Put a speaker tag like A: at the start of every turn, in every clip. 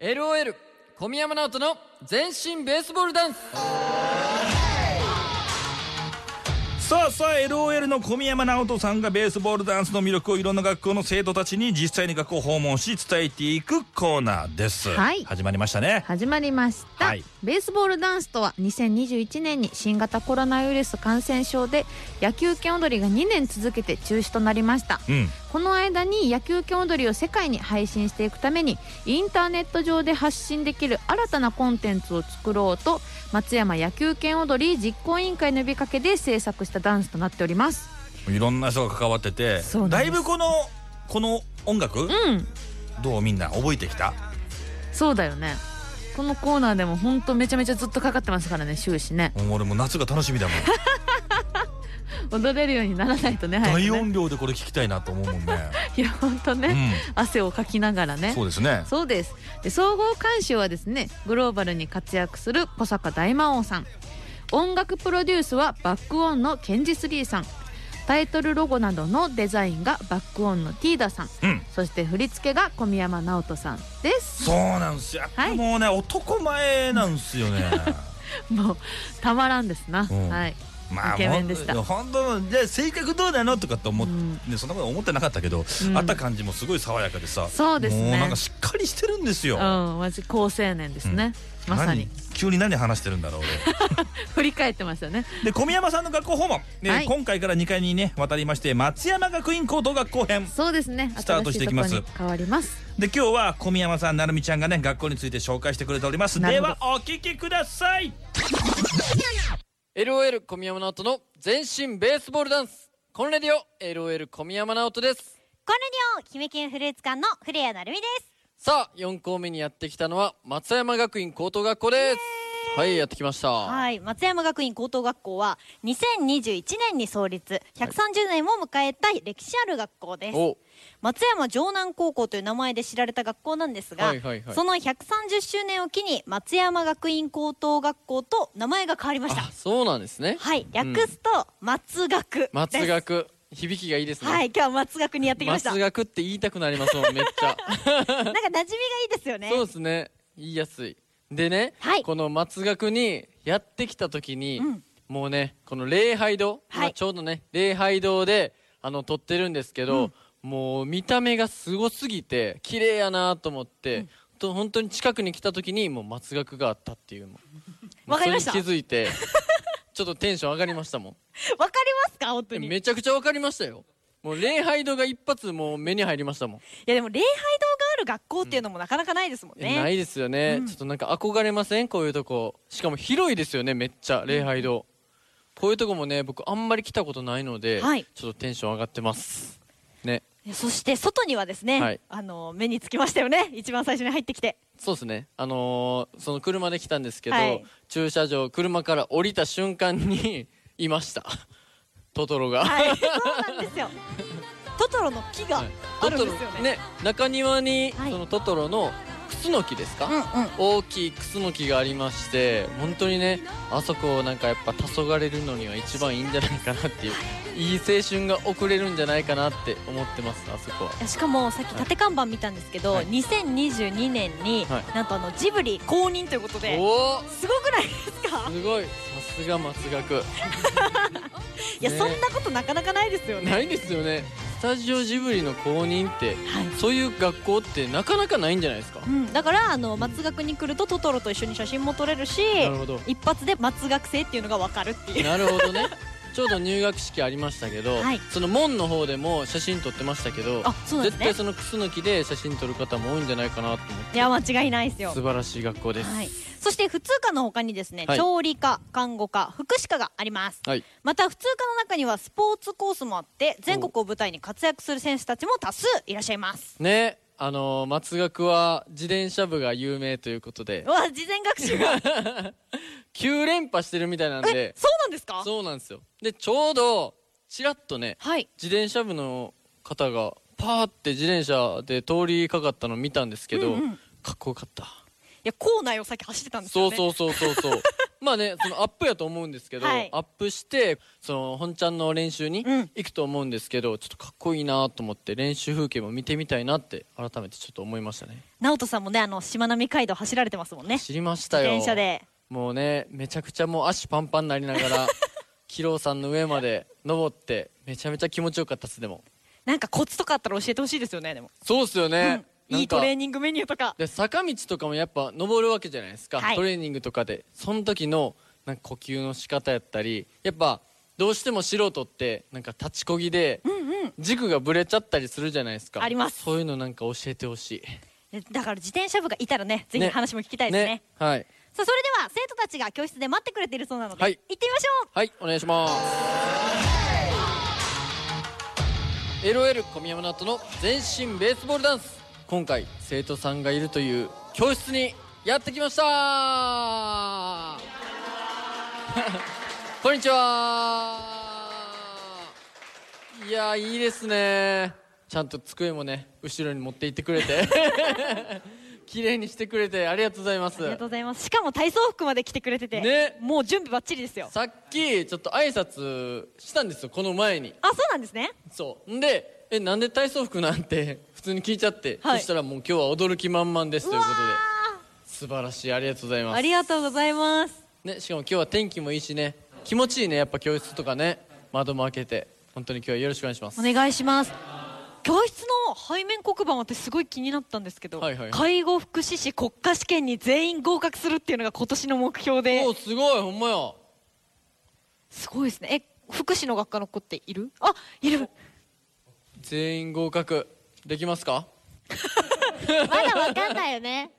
A: LOL 小宮山直人の全身ベースボールダンス
B: さあさあ LOL の小宮山直人さんがベースボールダンスの魅力をいろんな学校の生徒たちに実際に学校を訪問し伝えていくコーナーです、
C: はい
B: 始まりましたね
C: 始まりました、
B: はい
C: ベースボールダンスとは2021年に新型コロナウイルス感染症で野球拳踊りが2年続けて中止となりました
B: うん
C: この間に野球拳踊りを世界に配信していくためにインターネット上で発信できる新たなコンテンツを作ろうと松山野球拳踊り実行委員会の呼びかけで制作したダンスとなっております
B: いろんな人が関わってて
C: そうなん
B: だ
C: です
B: いぶこのこの音楽、
C: うん
B: どうみんな覚えてきた
C: そうだよねこのコーナーでもほんとめちゃめちゃずっとかかってますからね終始ね
B: もう俺もう夏が楽しみだもん、
C: 踊れるようにならないとね早く
B: 大
C: ね
B: 音量でこれ聞きたいなと思うもん ね
C: いや本当ね、
B: う
C: 汗をかきながらね
B: んそ
C: そう
B: うですね
C: ですで総合監修はですねグローバルに活躍する小坂大魔王さん音楽プロデュースはバックオンのケンジスリーさんタイトルロゴなどのデザインがバックオンのティーダさん
B: うん
C: そして振り付けが小宮山直人さんです
B: そうなんですよ、
C: はい
B: もうね男前なんですよね
C: もうたまらんですな、
B: うん
C: はい
B: ま
C: イケメンでした
B: ほん本当じゃあ性格どうなのとかって思っ
C: うん
B: ね、そんなこと思ってなかったけど、
C: うん
B: あった感じもすごい爽やかでさ
C: そうですね
B: もうなんかしっかりしてるんですよ、
C: うんマジ好青年ですね、まさに
B: 何急に何話してるんだろう 俺
C: 振り返ってましたね
B: で小宮山さんの学校訪問、ね
C: はい
B: 今回から2回にね渡りまして松山学院高等学校編
C: そうですね
B: スタートしていきます
C: 新とこに変わります
B: で今日は小宮山さんなるみちゃんがね学校について紹介してくれております
C: な
B: で
C: るほど
B: はお聞きください
A: LOL 小宮山直人の全身ベースボールダンスコンレディオ LOL 小宮山直人です
D: コンレディオ姫県フルーツ館のフレアなるみです
A: さあ4校目にやってきたのは松山学院高等学校ですはいやってきました、
D: はい松山学院高等学校は2021年に創立130年を迎えた歴史ある学校です、
A: お
D: 松山城南高校という名前で知られた学校なんですが、
A: はいはいはい
D: その130周年を機に松山学院高等学校と名前が変わりました
A: あそうなんですね
D: はい
A: ん
D: 略すと松学です、
A: 松学響きがいいですね、
D: はい今日は松学にやってきました
A: 松
D: なんか
A: 学って言いたくなりますもんめっちゃ
D: 馴染みがいいですよね
A: そうですね言いやすいでね、
D: はい
A: この松学にやってきた時に、
D: うん
A: もうねこの礼拝堂、
D: はい
A: 今ちょうどね礼拝堂であの撮ってるんですけど、もう見た目がすごすぎて綺麗やなと思って、と本当に近くに来た時にもう松学があったっていうもう
D: わかりました
A: それに気づい てちょっとテンション上がりましたもん
D: わかりますか本当に
A: めちゃくちゃわかりましたよもう礼拝堂が一発もう目に入りましたもん
D: いやでも礼拝堂がある学校っていうのもなかなかないですもんね、
A: えないですよね、ちょっとなんか憧れませんこういうとこしかも広いですよねめっちゃ礼拝堂、こういうとこもね僕あんまり来たことないので、
D: はい
A: ちょっとテンション上がってますね
D: そして外にはですね、
A: はい
D: あの目につきましたよね一番最初に入ってきて
A: そうですねあのーその車で来たんですけど、
D: はい
A: 駐車場車から降りた瞬間に いましたトトロが、
D: はいそうなんですよトトロの木が
A: はい
D: あ
A: ト
D: るん
A: ト
D: で
A: ロ
D: すよね,、
A: ね中庭に、
D: はい
A: そのトトロのクスノキですか、
D: うんうん
A: 大きいクスノキがありまして本当にねあそこをなんかやっぱ黄昏れるのには一番いいんじゃないかなっていういい青春が送れるんじゃないかなって思ってますあそこは。
D: いやしかもさっき縦看板見たんですけど、
A: はい
D: 2022年に、
A: はい
D: なんとあのジブリ公認ということで
A: おお
D: すごくないですか
A: すごいさすが松学
D: いや、
A: ね
D: そんなことなかなかないですよね
A: ないですよねスタジオジブリの公認って
D: はい
A: そういう学校ってなかなかないんじゃないですか
D: うん、だからあの松学に来るとトトロと一緒に写真も撮れるし
A: なるほど
D: 一発で松学生っていうのがわかるっていう
A: なるほどね ちょうど入学式ありましたけど、
D: はい
A: その門の方でも写真撮ってましたけど
D: あそうなんで
A: 絶
D: すね
A: 対そのクスノキで写真撮る方も多いんじゃないかなと思って
D: いや間違いないですよ
A: 素晴らしい学校です。
D: はい、そして普通科の他にですね、
A: はい
D: 調理科看護科福祉科があります
A: はい
D: また普通科の中にはスポーツコースもあって全国を舞台に活躍する選手たちも多数いらっしゃいます
A: ね、あのー松学は自転車部が有名ということで
D: う、わ事前学 習が
A: 9連覇してるみたいなん
D: え
A: で、
D: そうなんですか
A: そうなんですよ。で、ちょうど、ちらっとね、
D: はい
A: 自転車部の方が、パーって自転車で通りかかったの見たんですけど、
D: うんうん
A: かっこよかった。
D: いや校内をさっき走ってたんですよ
A: そう
D: ね
A: そうそうそうそう。まあねそのアップやと思うんですけど、
D: はい
A: アップしてその本ちゃんの練習に
D: うん
A: 行くと思うんですけど、ちょっとかっこいいなと思って練習風景も見てみたいなって改めてちょっと思いましたね
D: 直人さんもねあのしまなみ海道走られてますもんね
A: 知りました
D: 自
A: よ
D: 転車で
A: もうねめちゃくちゃもう足パンパンになりなが らキロさんの上まで登ってめちゃめちゃ気持ちよかったっすでも
D: なんかコツとかあったら教えてほしいですよねでも、
A: そうっすよね、
D: う
A: な
D: ん、
A: いん
D: い
A: か
D: トレーニングメニューとか
A: で坂道とかもやっぱ登るわけじゃないですか、
D: はい
A: トレーニングとかでその時のなんか呼吸の仕方やったりやっぱどうしても素人ってなんか立ちこぎで軸がぶれちゃったりするじゃないですか
D: あります
A: そういうのなんか教えてほし
D: だから自転車部がいたらねぜひ
A: ね
D: 話も聞きた
A: い
D: いですね
A: はい
D: さあそれでは生徒たちが教室で待ってくれているそうなので、
A: はい
D: 行ってみましょう
A: はいお願いします LOL 小宮山ナットの全身ベースボールダンス今回生徒さんがいるという教室にやってきました こんにちはいやーいいですねちゃんと机もね後ろに持って行ってくれて 綺麗にしてくれてありがとうございます
D: ありがとうございますしかも体操服まで来てくれてて、
A: ね
D: もう準備ばっちりですよ
A: さっきちょっと挨拶したんですよこの前に
D: あそうなんですね
A: そうんでえなんで体操服なんて 普通に聞いちゃって、
D: はい
A: そしたらもう今日は驚き満々ですということで
D: わ
A: 素晴らしいありがとうござい
D: ー
A: ま
D: あ
A: す
D: りがとうございます
A: ね、しかも今日は天気もいいしね気持ちいいねやっぱ教室とかね窓も開けて本当に今日はよろしくお願いします
D: お願いします教室の背面黒板私すごい気になったんですけど、
A: はいはい
D: 介護福祉士国家試験に全員合格するっていうのが今年の目標で
A: おおすごいほんまや
D: すごいですねえ福祉の学科の子っているあいる
A: 全員合格できますか
D: まだわかんないよね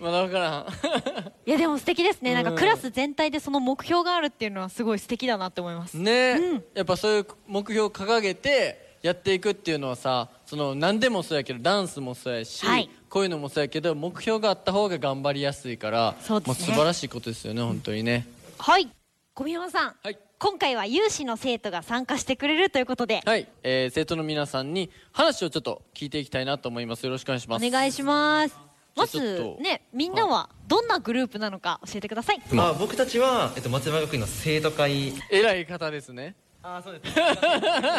A: まだ分からん
D: いやでも素敵ですねなんか
A: うん
D: クラス全体でその目標があるっていうのはすごい素敵だなって思います
A: ね、やっぱそういう目標を掲げてやっていくっていうのはさその何でもそうやけどダンスもそうやし、
D: はい
A: こういうのもそうやけど目標があった方が頑張りやすいから
D: そうですね
A: も素晴らしいことですよね本当にね、
D: はい小宮山さん、
A: はい
D: 今回は有志の生徒が参加してくれるということで、
A: はい、えー生徒の皆さんに話をちょっと聞いていきたいなと思いますよろしくお願いします
D: お願いしますま
A: じゃあちょ
D: ず
A: っと
D: ねみんなはどんなグループなのか教えてください
E: あ僕たちは、えっと、松山学院の生徒会
A: 偉い方ですね
E: あそうです生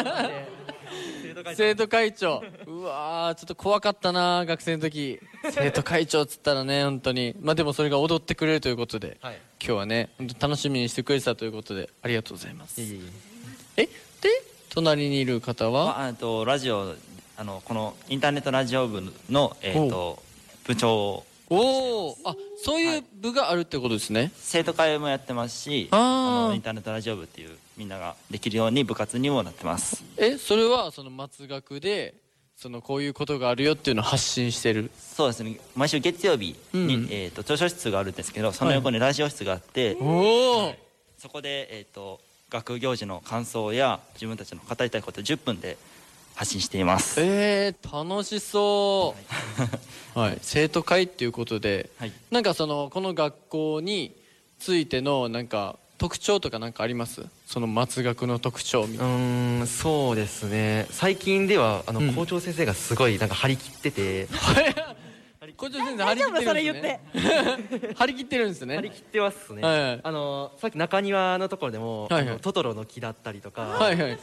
E: 徒会
A: 生徒会長うわーちょっと怖かったな学生の時生徒会長っつったらね本当にまあでもそれが踊ってくれるということで、
E: はい
A: 今日はね本当楽しみにしてくれてたということでありがとうございます
E: いえいえいえ
A: えで隣にいる方は、
F: あえっとラジオあのこのインターネットラジオ部のえっと部長を
A: おおあそういう部があるってことですね、
F: 生徒会もやってますし
A: あー
F: のインターネットラジオ部っていうみんなができるように部活にもなってます
A: えそれはその松学でそのこういうことがあるよっていうのを発信してる
F: そうですね毎週月曜日に、
A: うん
F: えっと図書室があるんですけどその横にラジオ室があって、
A: おお、
F: そこでえっ、と学行事の感想や自分たちの語りたいことを10分で発信しています
A: えー、楽しそう、はい、生徒会っていうことで、
F: はい
A: なんかそのこの学校についてのなんか特徴とかなんかありますその松学の特徴み
E: う
A: たい
E: ーんそうですね最近ではあの、
A: うん
E: 校長先生がすごいなんか張り切ってて
A: な校長先生張り切ってるんですね
D: 大
A: 張り切ってるんです
E: 張り
A: ね
E: 切ってますね、
A: はい
E: あのさっき中庭のところでも、
A: はいはい
E: あのトトロの木だったりとか、
A: はいはい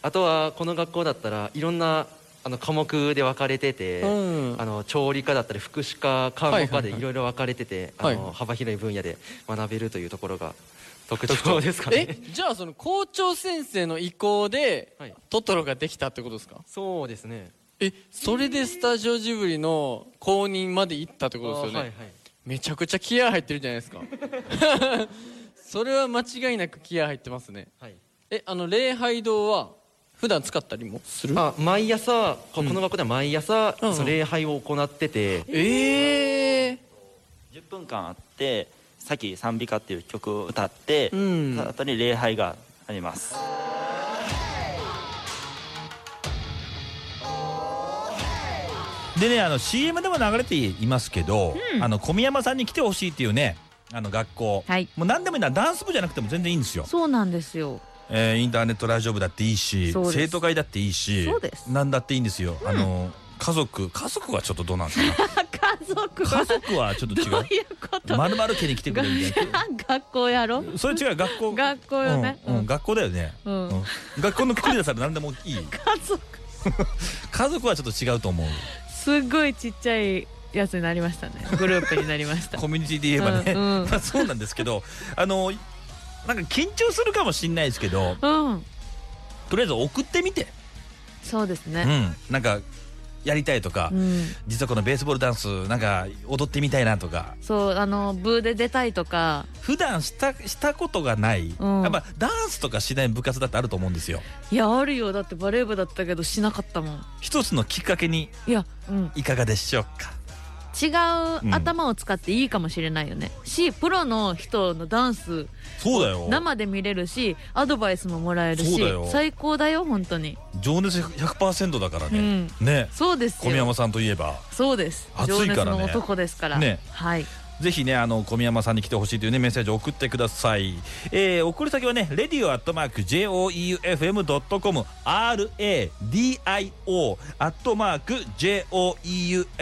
E: あとはこの学校だったらいろんなあの科目で分かれてて、
A: うん
E: あの調理科だったり福祉科看護科で
A: はいはいはい
E: いろいろ分かれてて、あ
A: は
E: の
A: い
E: 幅広い分野で学べるというところが特徴ですかね
A: えじゃあその校長先生の意向で、
E: はい
A: トトロができたってことですか
E: そうですね
A: えそれでスタジオジブリの公認まで行ったってことですよね、
E: あはいはい
A: めちゃくちゃ気合入ってるじゃないですか それは間違いなく気合入ってますね
E: はい
A: えあの礼拝堂は普段使ったりもする
E: あ毎朝ここの学校では毎朝、
A: うん
E: その礼拝を行ってて、
A: ええ
F: 10分間あってさっき「賛美歌」っていう曲を歌って、
A: ん
F: その後に礼拝があります
B: でねあの CM でも流れていますけど、あの小宮山さんに来てほしいっていうねあの学校、
C: はい
B: もう何でもいいなダンス部じゃなくても全然いいんですよ、
C: そうなんですよ
B: えーインターネットラジオ部だっていいし
C: そうです
B: 生徒会だっていいし
C: そうです
B: 何だっていいんですよ、あの家族家族はちょっとどうなんですか
C: 家族
B: な家族はちょっと違
C: どう
B: う
C: いうこと
B: まるまる家に来てくれみたいな
C: が学校やろ
B: それ違う学校
C: 学校よね
B: うんうん
C: うん
B: 学校だよね、
C: うん
B: うん学校のくくりだったら何でもい い
C: 家族
B: 家族はちょっと違うと思う
C: すごいちっちゃいやつになりまし たねグループになりました
B: コミュニティで言えばね、
C: うんうん
B: まあ、そうなんですけどあのなんか緊張するかもしれないですけど
C: うん
B: とりあえず送ってみて、
C: そうです
B: う
C: ね、
B: ん、なんかやりたいとか、
C: うん、
B: 実はこのベースボールダンスなんか踊ってみたいなとか
C: そうあの部で出たいとか
B: 普段したしたことがない、
C: うん
B: やっぱダンスとかしない部活だってあると思うんですよ
C: いやあるよだってバレー部だったけどしなかったもん
B: 一つのきっかけに
C: いや、うん、
B: いかがでしょうか
C: 違
B: うん
C: う頭を使っていいかもしれないよね、しプロの人のダンス
B: そうだよ
C: 生で見れるしアドバイスももらえる
B: そう
C: し
B: だよ
C: 最高だよ本当に
B: 情熱100%だからね、ね
C: そうです
B: 小宮
C: よ
B: 山さんといえば
C: そうです
B: 暑いからね
C: 情熱の男ですから、
B: ね
C: はい
B: ぜひねあの小宮山さんに来てほしいというねメッセージを送ってください、えー送る先はね「radio」「アットマーク JOEUFM.com」「RADIO」「アットマーク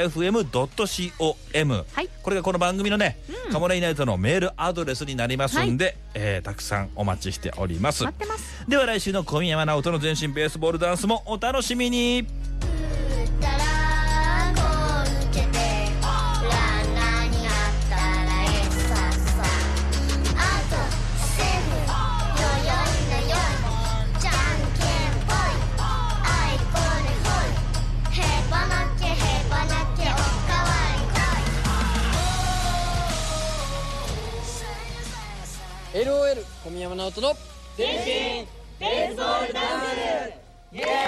B: JOEUFM.com」
C: はい
B: これがこの番組のね、カモレイナイトのメールアドレスになりますんで、えーたくさんお待ちしております
C: 待ってます
B: では来週の小宮山直人の全身ベースボールダンスもお楽しみに
G: ったらこう抜けてランナーになったらエッサッサあとセブンよよいなよいじゃんけんぽいあいこれほいへばなけへばなけおかわりこい
A: LOL 小宮山直人の全身ベースボールダンスイエーイ